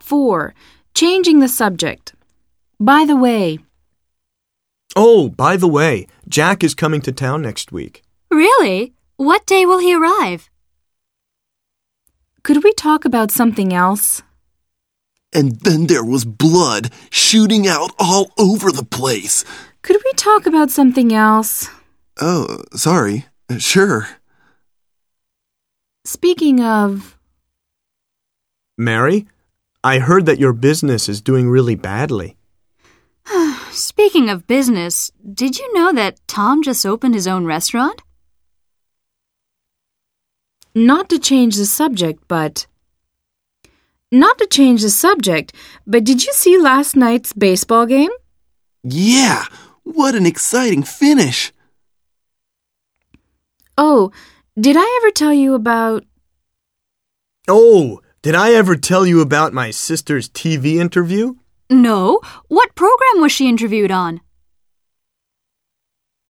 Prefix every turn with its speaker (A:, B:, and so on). A: 4. Changing the subject. By the way,
B: Oh, by the way, Jack is coming to town next week.
C: Really? What day will he arrive?
A: could we talk about something else?
D: And then there was blood shooting out all over the place.
A: Could we talk about something else?
D: Oh, sorry. Uh, Sure.
A: Speaking of,
B: Mary, I heard that your business is doing really badly.
C: Speaking of business, did you know that Tom just opened his own restaurant?
A: not to change the subject, but. Not to change the subject, but did you see last night's baseball game?
D: Yeah, what an exciting finish.
A: Oh, did I ever tell you about.
B: Oh, did I ever tell you about my sister's TV interview?
C: No. What program was she interviewed on?